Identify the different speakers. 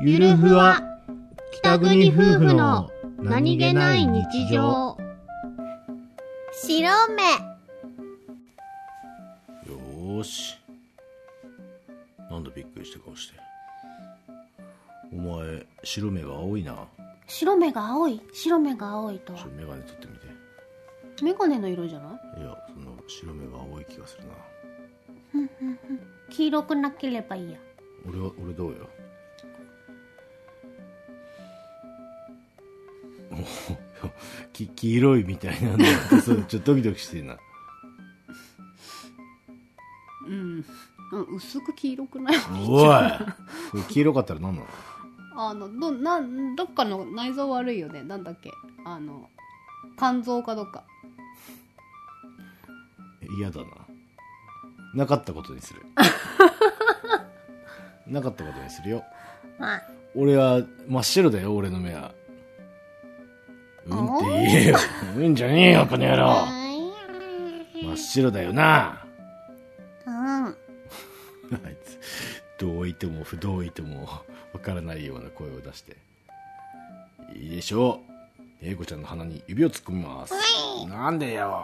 Speaker 1: ゆるふわ北国夫婦の
Speaker 2: 白目
Speaker 3: よーしなんだびっくりした顔してお前白目が青いな
Speaker 2: 白目が青い白目が青いと
Speaker 3: ちょっと眼鏡取ってみて
Speaker 2: メガネの色じゃない
Speaker 3: いやその白目が青い気がするな
Speaker 2: 黄色くなければいいや
Speaker 3: 俺は俺どうよおおき 黄色いみたいなんだってそうちょっとドキ ドキしてるな
Speaker 2: うん、うん、薄く黄色くない
Speaker 3: お いこれ黄色かったら何なの
Speaker 2: あのどなんどっかの内臓悪いよねなんだっけあの肝臓かどっか
Speaker 3: 嫌だななかったことにするなかったことにするよ
Speaker 2: あ
Speaker 3: 俺は真っ白だよ俺の目はうんって言えようんじゃねえよこの野郎真っ白だよな
Speaker 2: うん
Speaker 3: あいつどういても不どういてもわからないような声を出していいでしょう英子ちゃんの鼻に指を突っ込みますなんでよ